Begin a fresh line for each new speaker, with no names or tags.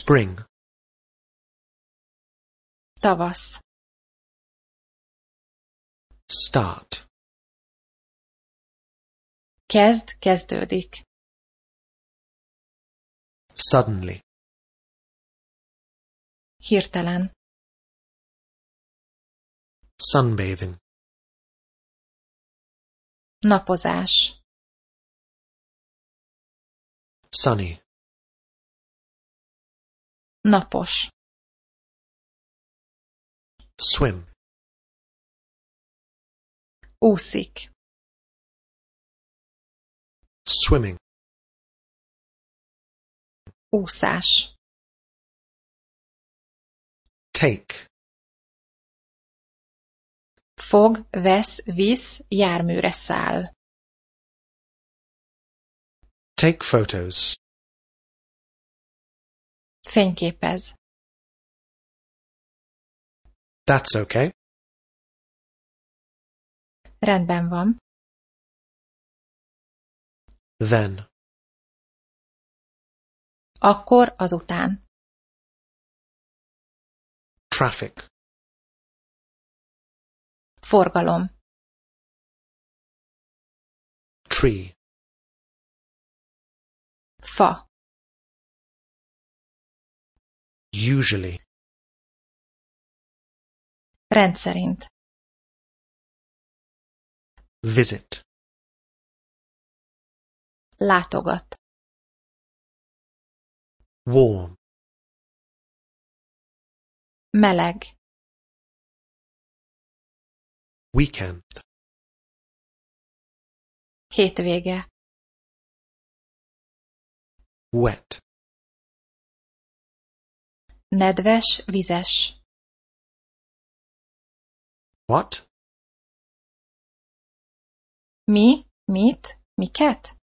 spring
tavasz,
start
kezd, kezdődik,
suddenly
hirtelen,
sunbathing
napozás,
sunny
napos,
swim
úszik,
swimming
úszás,
take
fog, vesz, visz, járműre száll,
take photos
fényképez,
that's okay
rendben van,
then
akkor azután,
traffic
forgalom,
tree
fa,
usually
rendszerint,
visit
látogat,
warm
meleg,
weekend
hétvége,
wet
nedves, vizes,
what
mi, mit, miket,